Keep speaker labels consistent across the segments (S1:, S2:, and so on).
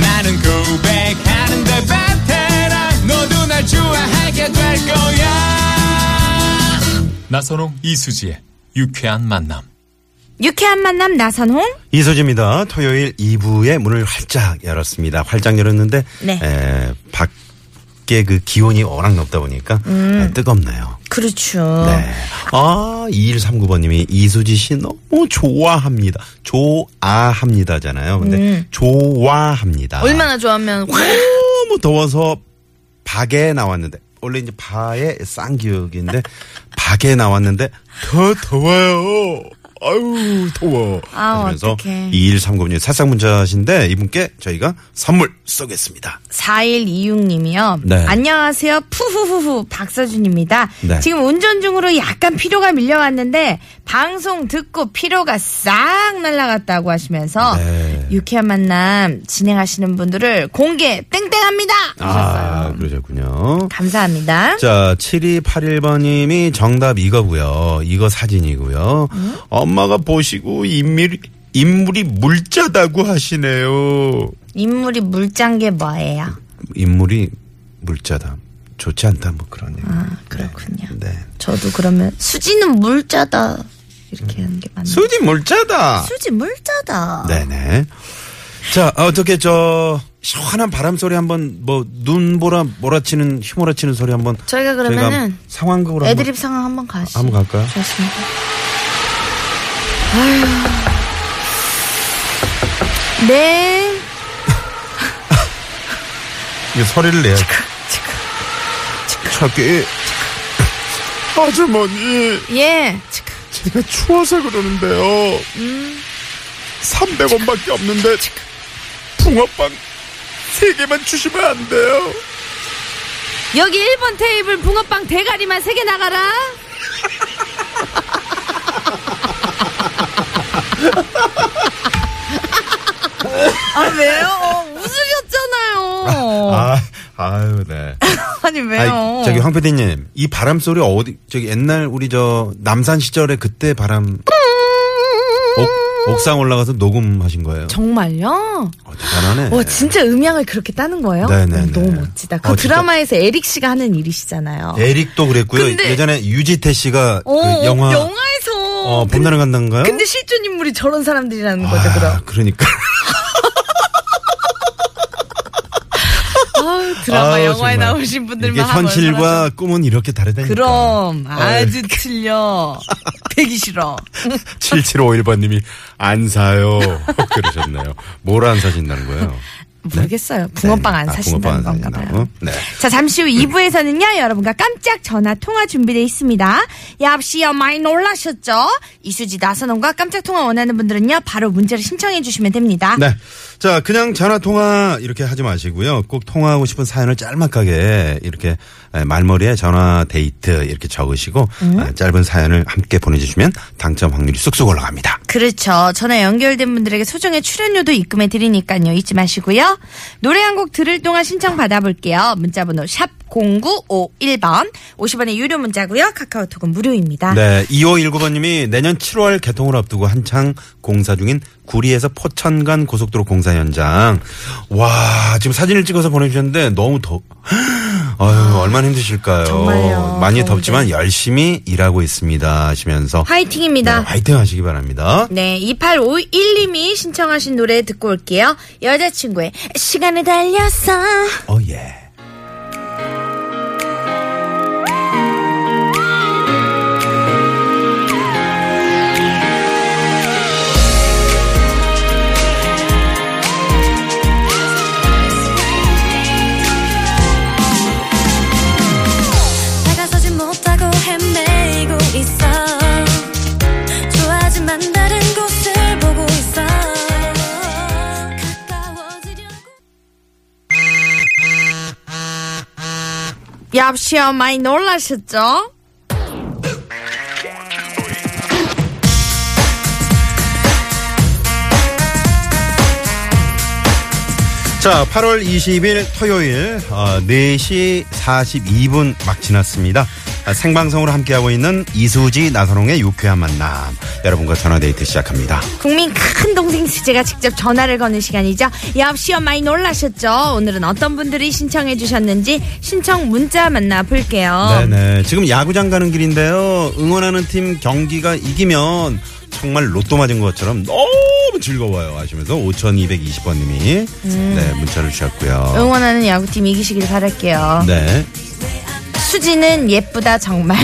S1: 나는 고백하는데 베테랑 너도 날 좋아하게 될 거야. 나선홍 이수지의 유쾌한 만남.
S2: 유쾌한 만남 나선홍
S3: 이소지입니다. 토요일 2부의 문을 활짝 열었습니다. 활짝 열었는데
S2: 네.
S3: 에, 밖에 그 기온이 워낙 높다 보니까
S2: 음.
S3: 에, 뜨겁네요.
S2: 그렇죠
S3: 네. 아, 2139번님이 이수지 씨 너무 좋아합니다. 좋아합니다잖아요. 근데 좋아합니다.
S2: 음. 네. 얼마나 좋아하면 확
S3: 너무 더워서 박에 나왔는데 원래 이제 바에 쌍기역인데 박에 나왔는데 더 더워요. 아유 더워.
S2: 아우,
S3: 그러면서
S2: 어떡해.
S3: 2139님 살상 문자신데 이분께 저희가 선물 쏘겠습니다.
S2: 4126님이요
S3: 네.
S2: 안녕하세요 푸후후후 박서준입니다
S3: 네.
S2: 지금 운전 중으로 약간 피로가 밀려왔는데 방송 듣고 피로가 싹 날라갔다고 하시면서
S3: 네.
S2: 유쾌한 만남 진행하시는 분들을 공개 땡땡합니다 하셨어요
S3: 아 그러셨군요.
S2: 감사합니다
S3: 자, 7281번님이 정답 이거고요. 이거 사진이고요. 엄마가 보시고 인물이, 인물이 물자다고 하시네요.
S2: 인물이 물짠 게 뭐예요
S3: 인물이 물자다. 좋지 않다 뭐 그런 얘기.
S2: 아, 그렇군요
S3: 네.
S2: 저도 그러면 수지는 물짜다 이렇게 하는 게 맞나요?
S3: 수지 물자다.
S2: 수지 아. 물짜다.
S3: 네네. 자 아, 어떻게 저 시원한 바람 소리 한번 뭐 눈보라 몰아치는 휘몰아치는 소리 한번
S2: 저희가 그러면은
S3: 한번 상황극으로
S2: 애드립 상황 한번 가시죠.
S3: 한번 갈까요?
S2: 좋습니다. 아유. 네.
S3: 한번 이 소리를 내야
S2: 그,
S3: 저기 아주머니
S2: 예.
S3: 제가 추워서 그러는데요. 300원밖에 없는데 붕어빵 3개만 주시면 안 돼요.
S2: 여기 1번 테이블 붕어빵 대가리만 3개 나가라. 아, 왜요? 어, 웃으셨잖아요.
S3: 아, 아유, 네.
S2: 아니,
S3: 아이,
S2: 어. 왜요?
S3: 저기 황 PD님, 이 바람 소리 어디 저기 옛날 우리 저 남산 시절에 그때
S2: 음.
S3: 바람 옥, 옥상 올라가서 녹음하신 거예요.
S2: 정말요?
S3: 어, 대단하네.
S2: 와 진짜 음향을 그렇게 따는 거예요?
S3: 네네네.
S2: 너무 멋지다. 그
S3: 어, 진짜.
S2: 드라마에서 에릭 씨가 하는 일이시잖아요.
S3: 에릭도 그랬고요.
S2: 근데-
S3: 예전에 유지태 씨가 그
S2: 어, 어,
S3: 영화
S2: 영화에서.
S3: 어,
S2: 근-
S3: 봄나는 간다인가요?
S2: 근데 실존 인물이 저런 사람들이라는 거죠,
S3: 아,
S2: 그럼.
S3: 그러니까.
S2: 아, 드라마
S3: 아유,
S2: 영화에
S3: 정말.
S2: 나오신
S3: 이게
S2: 분들만 하면 얼마나
S3: 현실과 꿈은 이렇게
S2: 좀-
S3: 다르다니까. 네.
S2: 그럼 아주 틀려. 되기 싫어.
S3: 네. 7751번님이 안 사요. 그러셨네요. 뭘 안 사신다는 거예요?
S2: 모르겠어요. 붕어빵 안
S3: 네. 아,
S2: 사신다는
S3: 붕어빵 안
S2: 건가 봐요.
S3: 사신다고? 네.
S2: 자, 잠시 후 2부에서는요, 여러분과 깜짝 전화 통화 준비되어 있습니다. 얍시요, 많이 놀라셨죠? 이수지 나선홍과 깜짝 통화 원하는 분들은요, 바로 문자를 신청해 주시면 됩니다.
S3: 네. 자, 그냥 전화 통화 이렇게 하지 마시고요. 꼭 통화하고 싶은 사연을 짤막하게 이렇게 에, 말머리에 전화 데이트 이렇게 적으시고
S2: 음.
S3: 아, 짧은 사연을 함께 보내주시면 당첨 확률이 쑥쑥 올라갑니다.
S2: 그렇죠. 전화 연결된 분들에게 소정의 출연료도 입금해 드리니까요. 잊지 마시고요. 노래 한 곡 들을 동안 신청 받아볼게요. 문자번호 샵0951번. 50원의 유료 문자고요. 카카오톡은 무료입니다.
S3: 네. 2519번님이 내년 7월 개통을 앞두고 한창 공사 중인 구리에서 포천 간 고속도로 공사 현장. 와, 지금 사진을 찍어서 보내주셨는데 너무 더, 아유, 얼마나 힘드실까요?
S2: 정말요.
S3: 많이
S2: 더운데.
S3: 덥지만 열심히 일하고 있습니다. 하시면서.
S2: 화이팅입니다.
S3: 네, 화이팅 하시기 바랍니다.
S2: 네, 2851님이 신청하신 노래 듣고 올게요. 여자친구의 시간을 달렸어.
S3: 어, 예.
S4: 다가서지 못하고 헤매고 있어 좋아하지만 다른 곳을 보고 있어 가까워지려고
S2: 엽시요 많이 놀라셨죠?
S3: 자, 8월 20일 토요일 어, 4시 42분 막 지났습니다. 아, 생방송으로 함께하고 있는 이수지 나선홍의 유쾌한 만남. 여러분과 전화데이트 시작합니다.
S2: 국민 큰 동생 수제가 직접 전화를 거는 시간이죠. 엽시요 많이 놀라셨죠? 오늘은 어떤 분들이 신청해 주셨는지 신청 문자 만나 볼게요.
S3: 네네. 지금 야구장 가는 길인데요. 응원하는 팀 경기가 이기면 정말 로또 맞은 것처럼 너무 즐거워요. 하시면서 5220번님이 네, 문자를 주셨고요.
S2: 음. 응원하는 야구팀 이기시길 바랄게요.
S3: 네.
S2: 수지는 예쁘다 정말.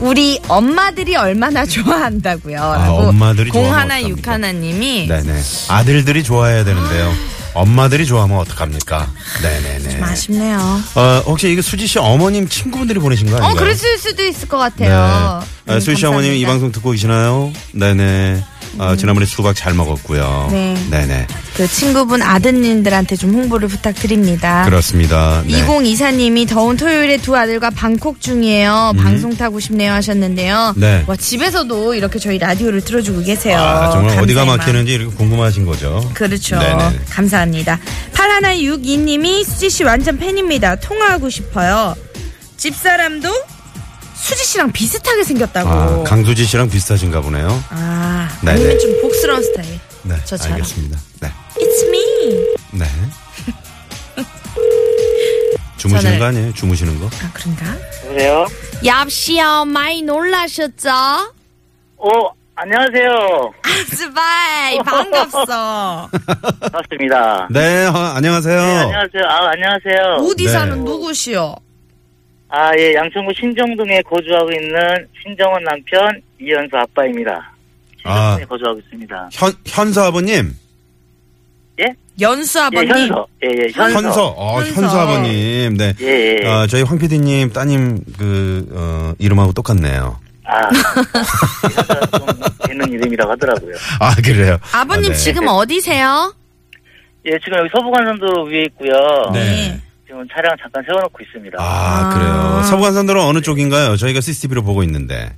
S2: 우리 엄마들이 얼마나 좋아한다고요. 라고
S3: 엄마들이 좋아하면
S2: 공하나
S3: 어떡합니까?
S2: 육하나님이
S3: 네네. 아들들이 좋아해야 되는데요. 엄마들이 좋아하면 어떡합니까? 네네네.
S2: 좀 아쉽네요.
S3: 어, 혹시 이거 수지 씨 어머님 친구분들이 보내신 거 아닌가요?
S2: 어, 그랬을 수도 있을 것
S3: 네.
S2: 같아요.
S3: 아,
S2: 음,
S3: 수지 씨
S2: 감사합니다. 음.
S3: 어머님 이 방송 듣고 계시나요? 네네. 아, 지난번에 수박 잘 먹었고요.
S2: 네.
S3: 네네.
S2: 그 친구분 아드님들한테 좀 홍보를 부탁드립니다.
S3: 그렇습니다. 네.
S2: 아, 2024님이 더운 토요일에 두 아들과 방콕 중이에요. 방송 타고 싶네요 하셨는데요.
S3: 음. 네.
S2: 와, 집에서도 이렇게 저희 라디오를 들어주고 계세요.
S3: 아, 정말 어디가
S2: 감사히 많이
S3: 막히는지 이렇게 궁금하신 거죠?
S2: 그렇죠.
S3: 네네.
S2: 감사합니다. 8162님이 수지씨 완전 팬입니다. 통화하고 싶어요. 집사람도 수지씨랑 비슷하게 생겼다고.
S3: 아, 강수지 씨랑 비슷하신가 보네요.
S2: 아,
S3: 네네.
S2: 아니면 좀 복스러운 스타일.
S3: 네.
S2: 저 잘.
S3: 알겠습니다. 네.
S2: It's me.
S3: 네. 주무시는
S2: 저는-
S3: 거 아니에요? 주무시는 거?
S2: 아, 그런가?
S5: 여보세요?
S2: 얍시요, 많이 놀라셨죠?
S5: 어, 안녕하세요.
S2: 스바이, 반갑소.
S5: 반갑습니다.
S3: 네, 어, 안녕하세요.
S5: 네, 안녕하세요. 아, 안녕하세요.
S2: 어디
S3: 네.
S2: 사는 누구시요?
S5: 아, 예, 양천구 신정동에 거주하고 있는 신정원 남편 이현수 아빠입니다.
S3: 아.
S5: 신정동에 거주하고 있습니다.
S3: 현, 현서 아버님.
S2: 연수
S5: 예,
S2: 아버님.
S5: 현서. 예, 예, 현서.
S3: 현서. 어,
S2: 현서.
S3: 현서, 아버님. 네.
S5: 예, 예.
S3: 어, 저희 황 PD님 따님 그, 어, 이름하고 똑같네요.
S5: 아, 현서가 좀 되는 이름이라고 하더라고요.
S3: 아, 그래요?
S2: 아버님
S3: 아, 네.
S2: 지금 어디세요?
S5: 예, 지금 여기 서부간선도 위에 있고요.
S3: 네.
S5: 지금 차량 잠깐 세워놓고 있습니다.
S3: 아,
S2: 아.
S3: 그래요. 서부간선도로 어느 쪽인가요? 저희가 CCTV로 보고 있는데.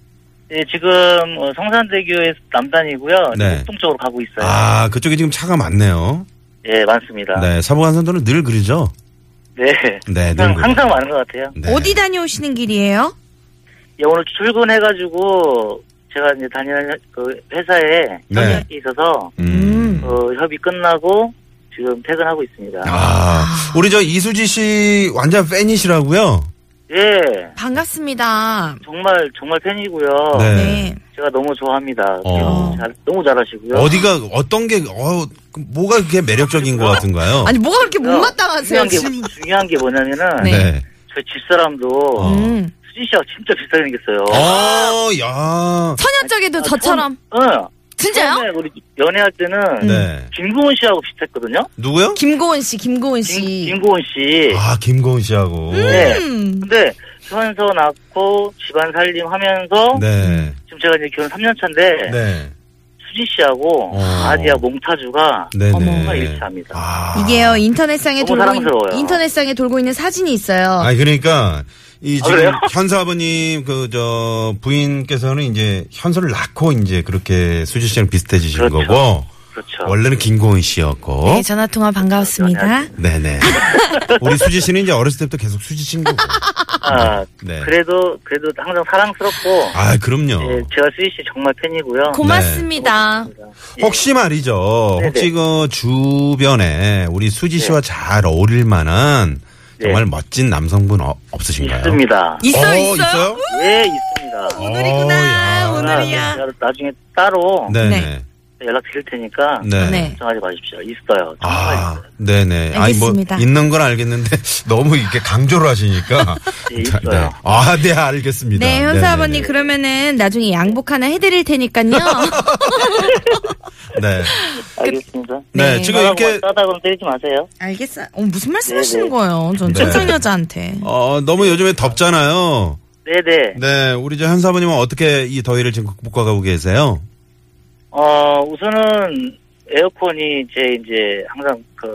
S5: 예, 지금 어, 성산대교에서 남단이고요.
S3: 네.
S5: 북동 쪽으로 가고 있어요.
S3: 아, 그쪽에 지금 차가 많네요.
S5: 예, 많습니다.
S3: 네, 서부간선도는 늘 그러죠?
S5: 네.
S3: 네, 늘
S5: 항상,
S3: 그래요.
S5: 항상 많은 것 같아요.
S3: 네.
S2: 어디 다녀오시는 길이에요?
S5: 예, 오늘 출근해가지고 제가 이제 다니는 그 회사에
S3: 네.
S5: 협약이 있어서
S3: 음.
S5: 어, 협의 끝나고 지금 퇴근하고 있습니다.
S3: 아, 우리 저 이수지 씨 완전 팬이시라고요?
S5: 예,
S2: 반갑습니다.
S5: 정말 정말 팬이고요.
S3: 네.
S2: 네.
S5: 제가 너무 좋아합니다.
S3: 어.
S5: 잘- 너무 잘하시고요.
S3: 어디가 어떤 게 어, 그 뭐가 그렇게 매력적인 것 같은가요?
S2: 아니 뭐가 그렇게
S5: 그래서
S2: 못마땅하세요
S5: 어, 중요한 게,
S2: 지금?
S5: 중요한 게 뭐냐면은
S2: 네.
S5: 저희 집사람도
S3: 어.
S2: 음.
S5: 수지 씨가 진짜 비슷하게 생겼어요. 아!
S3: 어, 야.
S2: 선현적에도 저처럼
S5: 응.
S2: 진짜요?
S5: 아, 처음에 우리 연애할 때는
S3: 네.
S5: 김구원 씨하고 비슷했거든요.
S3: 누구요?
S2: 김고은 씨, 김고은 씨.
S5: 김, 구원 씨.
S3: 아, 김고은 씨하고.
S5: 네.
S2: 음.
S5: 근데 현서 낳고 집안 살림하면서
S3: 네.
S5: 지금 제가 이제 결혼 3년 차인데
S3: 네.
S5: 수지 씨하고
S3: 어.
S5: 아디아 몽타주가
S3: 네,
S5: 정말
S3: 네.
S5: 일치합니다.
S3: 아.
S2: 이게요 인터넷상에
S5: 너무
S2: 돌고 있는
S5: 사랑스러워요.
S2: 인터넷상에 돌고 있는 사진이 있어요.
S3: 아니 그러니까 이
S5: 아,
S3: 지금
S5: 그래요?
S3: 현서 아버님 그 저 부인께서는 이제 현서를 낳고 이제 그렇게 수지 씨랑 비슷해지신
S5: 그렇죠.
S3: 거고
S5: 그렇죠.
S3: 원래는 김고은 씨였고
S2: 네 전화 통화
S5: 아,
S2: 반가웠습니다.
S3: 네네. 우리 수지 씨는 이제 어렸을 때부터 계속 수지 씨인 거고.
S5: 아,
S3: 네.
S5: 그래도 그래도 항상 사랑스럽고
S3: 아, 그럼요.
S5: 예, 제가 수지 씨 정말 팬이고요.
S3: 네.
S2: 고맙습니다.
S3: 혹시 말이죠.
S5: 네네.
S3: 혹시 그 주변에 우리 수지 씨와 잘 어울릴 만한
S5: 네.
S3: 정말 멋진 남성분 어- 없으신가요?
S5: 있습니다.
S2: 있어
S3: 어,
S2: 있어.
S3: 있어요?
S5: 예, 있습니다. 네,
S2: 오늘이구나,
S3: 어, 야.
S2: 오늘이야.
S5: 제가 나중에 따로
S3: 네네.
S5: 연락 드릴 테니까
S3: 네.
S2: 네.
S5: 걱정하지 마십시오. 있어요. 정말
S3: 아,
S5: 있어요.
S3: 네네. 아니, 뭐,
S2: 알겠습니다.
S3: 있는 건 알겠는데, 너무 이렇게 강조를 하시니까.
S5: 예, 있어요.
S3: 네. 아, 네, 알겠습니다.
S2: 네 현수
S3: 네네네.
S2: 아버님 그러면은 나중에 양복 하나 해드릴 테니까요. 그
S3: 네.
S5: 알겠습니다.
S3: 네,
S2: 네.
S3: 지금 이렇게,
S5: 싸다 그럼 때리지 마세요.
S2: 알겠어. 어, 무슨 말씀하시는
S5: 네네.
S2: 거예요? 전
S3: 네.
S2: 쫀쫀 여자한테.
S3: 어, 너무 요즘에 덥잖아요.
S5: 네네.
S3: 네, 우리 저 현사부님은 어떻게 이 더위를 지금 극복하고 계세요?
S5: 어, 우선은 에어컨이 제 이제 항상 그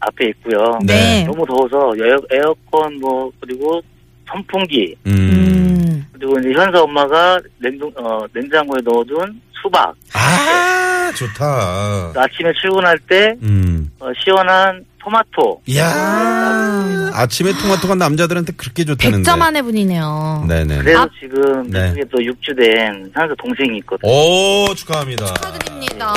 S5: 앞에 있고요.
S2: 네.
S5: 너무 더워서 에어- 에어컨 뭐 그리고 선풍기
S3: 음.
S2: 음.
S5: 그리고 이제 현서 엄마가 냉동 어 냉장고에 넣어둔 수박 그러니까
S3: 아, 좋다.
S5: 아침에 출근할 때
S3: 음.
S5: 어, 시원한 토마토
S3: 이야. 아침에 토마토가 남자들한테 그렇게 좋다는데.
S2: 100점 안에 분이네요.
S3: 네네.
S5: 그래서
S2: 아.
S5: 지금
S3: 네.
S5: 미국에 또 6주된 현서 동생이 있거든요.
S3: 오, 축하합니다. 아,
S2: 축하드립니다.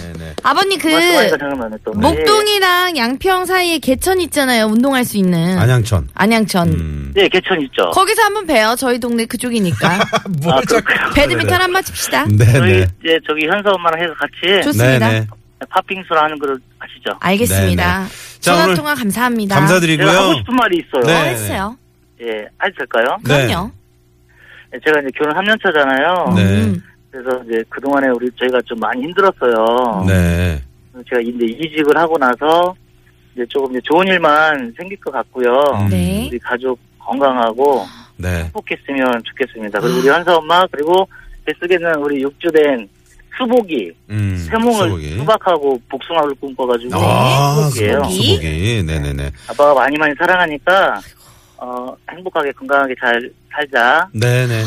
S3: 네네네.
S2: 아버님 그
S5: 말씀하니까 생각나네 또.
S2: 목동이랑 양평 사이에 개천 있잖아요. 운동할 수 있는
S3: 안양천.
S2: 안양천.
S3: 음.
S5: 네, 개천 있죠.
S2: 거기서 한번 봬요. 저희 동네 그쪽이니까.
S3: 뭘
S5: 아,
S3: 자꾸.
S2: 배드민턴 한 번 칩시다.
S5: 저희
S3: 네. 네네.
S5: 이제 저기 현서 엄마랑 해서 같이
S2: 좋습니다.
S3: 네네.
S5: 팥빙수를 하는 그릇 아시죠?
S2: 알겠습니다.
S3: 네네. 자,
S2: 전화
S3: 오늘
S2: 통화 감사합니다.
S3: 감사드리고요.
S5: 제가 하고 싶은 말이 있어요.
S3: 네.
S2: 잘했어요.
S5: 예, 해도 될까요?
S3: 네.
S2: 그럼요.
S5: 네, 제가 이제 결혼 3년 차잖아요.
S3: 네.
S2: 음.
S5: 그래서 이제 그동안에 우리 저희가 좀 많이 힘들었어요.
S3: 네.
S5: 제가 이제 이직을 하고 나서 이제 조금 이제 좋은 일만 생길 것 같고요.
S3: 음.
S2: 네.
S5: 우리 가족 건강하고
S3: 네.
S5: 행복했으면 좋겠습니다. 그리고 우리 현서 엄마 그리고 뱃속에는 우리 6주 된 수복이
S3: 음.
S5: 세몽을
S3: 수복이.
S5: 수박하고 복숭아를 꿈꿔가지고
S3: 아,
S5: 네. 수복이에요.
S3: 수복, 수복이. 네네네.
S5: 아빠가 많이 많이 사랑하니까 어, 행복하게 건강하게 잘 살자.
S3: 네네.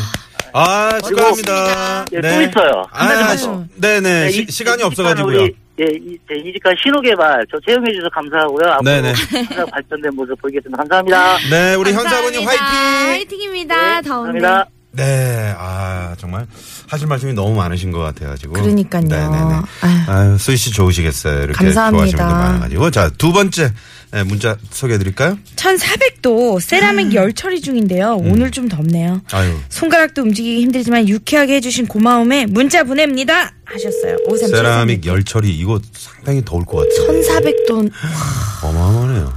S3: 아, 축하합니다.
S5: 예, 또 있어요. 한
S3: 아,
S5: 가지만
S3: 시-
S5: 더.
S3: 네네.
S5: 네,
S3: 시,
S5: 이-
S3: 시간이
S5: 이-
S3: 없어가지고요.
S5: 우리, 예, 이, 제 이직한 신호개발 저 채용해 주셔서 감사하고요. 앞으로
S3: 네네.
S5: 항상 발전된 모습 보이겠습니다. 감사합니다.
S3: 네, 우리 현사
S2: 감사합니다.
S3: 아버님 화이팅!
S2: 화이팅입니다.
S5: 네,
S2: 더운데.
S5: 감사합니다.
S3: 네, 아, 정말 하실 말씀이 너무 많으신 것 같아가지고.
S2: 그러니까요.
S3: 네네네.
S2: 아유.
S3: 아유, 수희 씨 좋으시겠어요. 이렇게
S2: 감사합니다.
S3: 좋아하시는 분들 많아가지고. 자, 두 번째 네, 문자 소개해드릴까요?
S2: 1400도 세라믹 열 처리 중인데요.
S3: 음.
S2: 오늘 좀 덥네요.
S3: 아유.
S2: 손가락도 움직이기 힘들지만 유쾌하게 해주신 고마움에 문자 보냅니다. 하셨어요. 오삼칠
S3: 세라믹 열처리 이거 상당히 더울 것 같아요.
S2: 1400도.
S3: 어마어마하네요.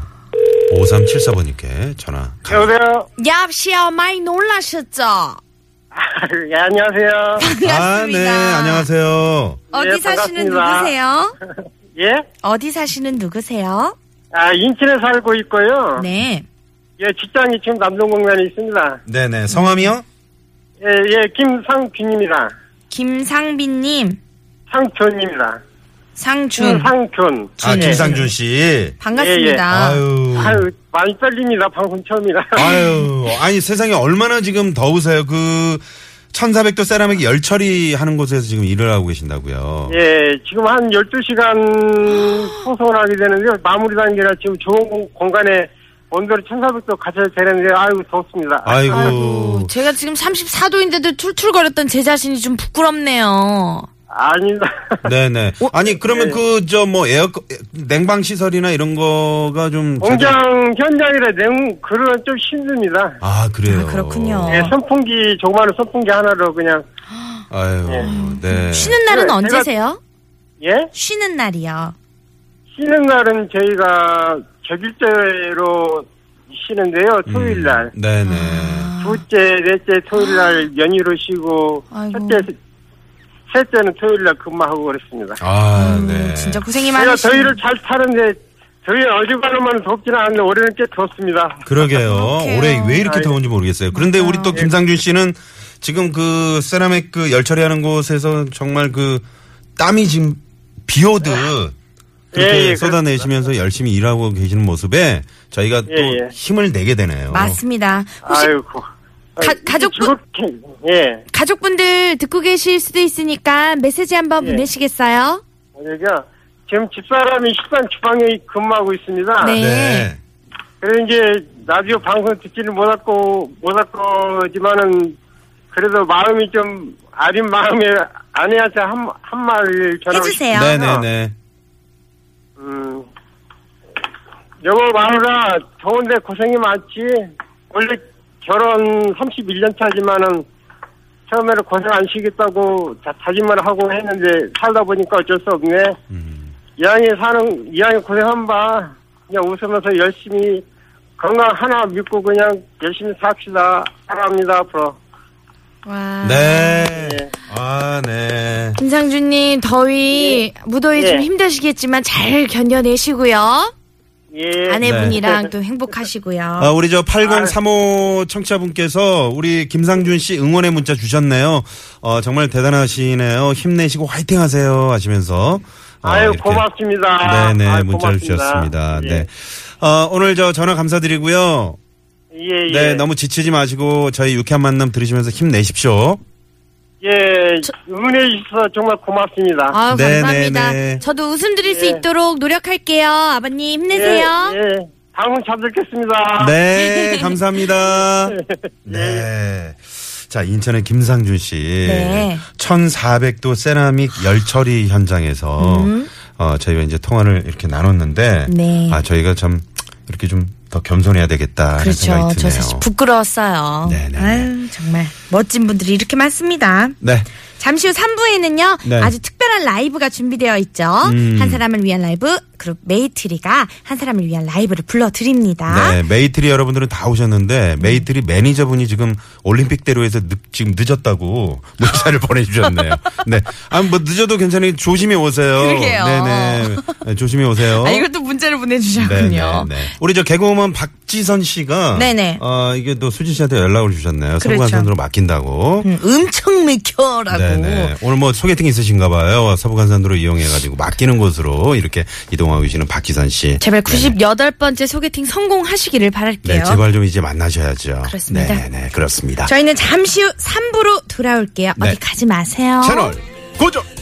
S3: 5374번님께 전화. 갑니다.
S5: 여보세요.
S2: 얍시야, 많이 놀라셨죠?
S5: 예, 안녕하세요.
S3: 아, 네, 안녕하세요.
S2: 어디
S5: 네,
S2: 사시는
S5: 반갑습니다.
S2: 누구세요?
S5: 예?
S2: 어디 사시는 누구세요?
S5: 아, 인천에 살고 있고요.
S2: 네.
S5: 예, 직장이 지금 남동공단에 있습니다.
S3: 네네, 성함이요?
S5: 예, 예, 김상균입니다.
S2: 김상빈님,
S5: 상균입니다.
S2: 상준.
S5: 음, 김상균. 예.
S3: 아, 김상준 씨.
S2: 반갑습니다.
S3: 아유.
S5: 아유, 많이 떨립니다. 방송 처음이라.
S3: 아유, 아니 세상에 얼마나 지금 더우세요. 그 1400도 세라믹 열처리 하는 곳에서 지금 일을 하고 계신다고요.
S5: 예, 지금 한 12시간 소송을 하게 되는데, 마무리 단계라 지금 좋은 공- 공간에 온도를 1400도 가져야 되는데, 아유, 덥습니다.
S3: 아이고.
S2: 아이고, 제가 지금 34도인데도 툴툴거렸던 제 자신이 좀 부끄럽네요.
S5: 아닙니다.
S3: 네네. 아니 그러면
S5: 네.
S3: 그 저 뭐 에어 냉방 시설이나 이런 거가 좀 자주-
S5: 공장 현장이라 냉, 그런 좀 힘듭니다.
S3: 아 그래요.
S2: 아, 그렇군요.
S3: 네.
S5: 예, 선풍기, 조그마한 선풍기 하나로 그냥,
S3: 아유,
S5: 예.
S3: 네.
S2: 쉬는 날은
S5: 네, 제가-
S2: 언제세요?
S5: 예?
S2: 쉬는 날이요.
S5: 쉬는 날은 저희가 격일제로 쉬는데요, 토요일 날.
S3: 음, 네네.
S2: 아.
S5: 둘째, 넷째, 토요일 날 연휴로 쉬고,
S2: 아이고.
S5: 첫째, 셋째는 토요일 날 근무하고 그랬습니다.
S3: 아,
S2: 음,
S3: 네.
S2: 진짜 고생이
S5: 제가
S2: 많으신.
S5: 더위를 잘 타는데 더위 어지간하면 덥지는 않는데 올해는 꽤 덥습니다.
S3: 그러게요.
S2: 그렇게요.
S3: 올해 왜 이렇게
S5: 아이고.
S3: 더운지 모르겠어요. 그런데 우리 또 김상준 씨는 지금 그 세라믹 그 열처리하는 곳에서 정말 그 땀이 지금 비 오듯 그렇게
S5: 예, 예,
S3: 쏟아내시면서 열심히 일하고 계시는 모습에 저희가 또
S5: 예, 예.
S3: 힘을 내게 되네요.
S2: 맞습니다. 혹시
S5: 아이고.
S2: 가- 가족분-
S5: 즐겁게, 예.
S2: 가족분들 듣고 계실 수도 있으니까 메시지 한번
S5: 예.
S2: 보내시겠어요?
S5: 그러니까 지금 집사람이 식당 주방에 근무하고 있습니다.
S2: 네.
S3: 네.
S5: 그래 이제 라디오 방송 듣지는 못했고 못했고지만은 그래도 마음이 좀 아린 마음에 아내한테 한한말 전하고
S2: 해주세요.
S5: 싶습니다.
S3: 네네네.
S5: 음, 여보 마누라 더운데 고생이 많지. 원래 결혼 31년 차지만은 처음에는 고생 안 쉬겠다고 다- 다짐을 하고 했는데 살다 보니까 어쩔 수 없네.
S3: 음.
S5: 이왕에 사는 이왕에 고생한 바 그냥 웃으면서 열심히 건강 하나 믿고 그냥 열심히 삽시다. 사랑합니다 앞으로.
S2: 와.
S3: 네.
S5: 예.
S3: 아, 네.
S2: 김상준님 더위 무더위
S5: 예.
S2: 좀 힘드시겠지만 잘 견뎌내시고요. 네.
S5: 예.
S2: 아내분이랑 또 행복하시고요.
S3: 아, 우리 저 8035 청취자분께서 우리 김상준 씨 응원의 문자 주셨네요. 어, 정말 대단하시네요. 힘내시고 화이팅 하세요 하시면서 어,
S5: 아유
S3: 이렇게.
S5: 고맙습니다.
S3: 네네
S5: 아유,
S3: 문자를
S5: 고맙습니다.
S3: 주셨습니다. 네. 어, 오늘 저 전화 감사드리고요.
S5: 예, 예.
S3: 네 너무 지치지 마시고 저희 유쾌한 만남 들으시면서 힘내십시오.
S5: 예, 응원해 주셔서 정말 고맙습니다.
S2: 아유,
S3: 네,
S2: 감사합니다.
S3: 네, 네.
S2: 저도 웃음 드릴 수
S5: 예.
S2: 있도록 노력할게요. 아버님, 힘내세요.
S5: 예, 예. 방송 잘 듣겠습니다.
S3: 네 감사합니다. 네. 자 인천의 김상준 씨
S2: 네.
S3: 1,400도 세라믹 열처리 현장에서 어, 저희가 이제 통화를 이렇게 나눴는데
S2: 음. 네.
S3: 아 저희가 참 이렇게 좀 더 겸손해야 되겠다 는
S2: 그렇죠.
S3: 생각이
S2: 저
S3: 드네요.
S2: 사실 부끄러웠어요.
S3: 네네네.
S2: 아유, 정말 멋진 분들이 이렇게 많습니다.
S3: 네.
S2: 잠시 후 3부에는요,
S3: 네.
S2: 아주 특별한 라이브가 준비되어 있죠.
S3: 음.
S2: 한 사람을 위한 라이브, 그룹 메이트리가 한 사람을 위한 라이브를 불러드립니다.
S3: 네, 메이트리 여러분들은 다 오셨는데 메이트리 매니저분이 지금 올림픽대로에서 늦, 지금 늦었다고 문자를 보내주셨네요. 네, 아뭐 늦어도 괜찮으니 조심히 오세요.
S2: 그러게요.
S3: 네네, 네, 조심히 오세요.
S2: 아, 이것도 문자를 보내주셨군요.
S3: 네네네. 우리 저 개그우먼 박지선 씨가
S2: 네네.
S3: 어, 이게 또 수진 씨한테 연락을 주셨네요.
S2: 그렇죠.
S3: 서부간선으로 맡긴다고.
S2: 음, 엄청 맥혀라고.
S3: 네. 네네. 오늘 뭐 소개팅 있으신가 봐요. 서부간선도로 이용해가지고 맡기는 곳으로 이렇게 이동하고 계시는 박지선 씨.
S2: 제발 98번째 소개팅 성공하시기를 바랄게요.
S3: 네, 제발 좀 이제 만나셔야죠.
S2: 그렇습니다.
S3: 네네, 그렇습니다.
S2: 저희는 잠시 후 3부로 돌아올게요.
S3: 네.
S2: 어디 가지 마세요.
S3: 채널 고정.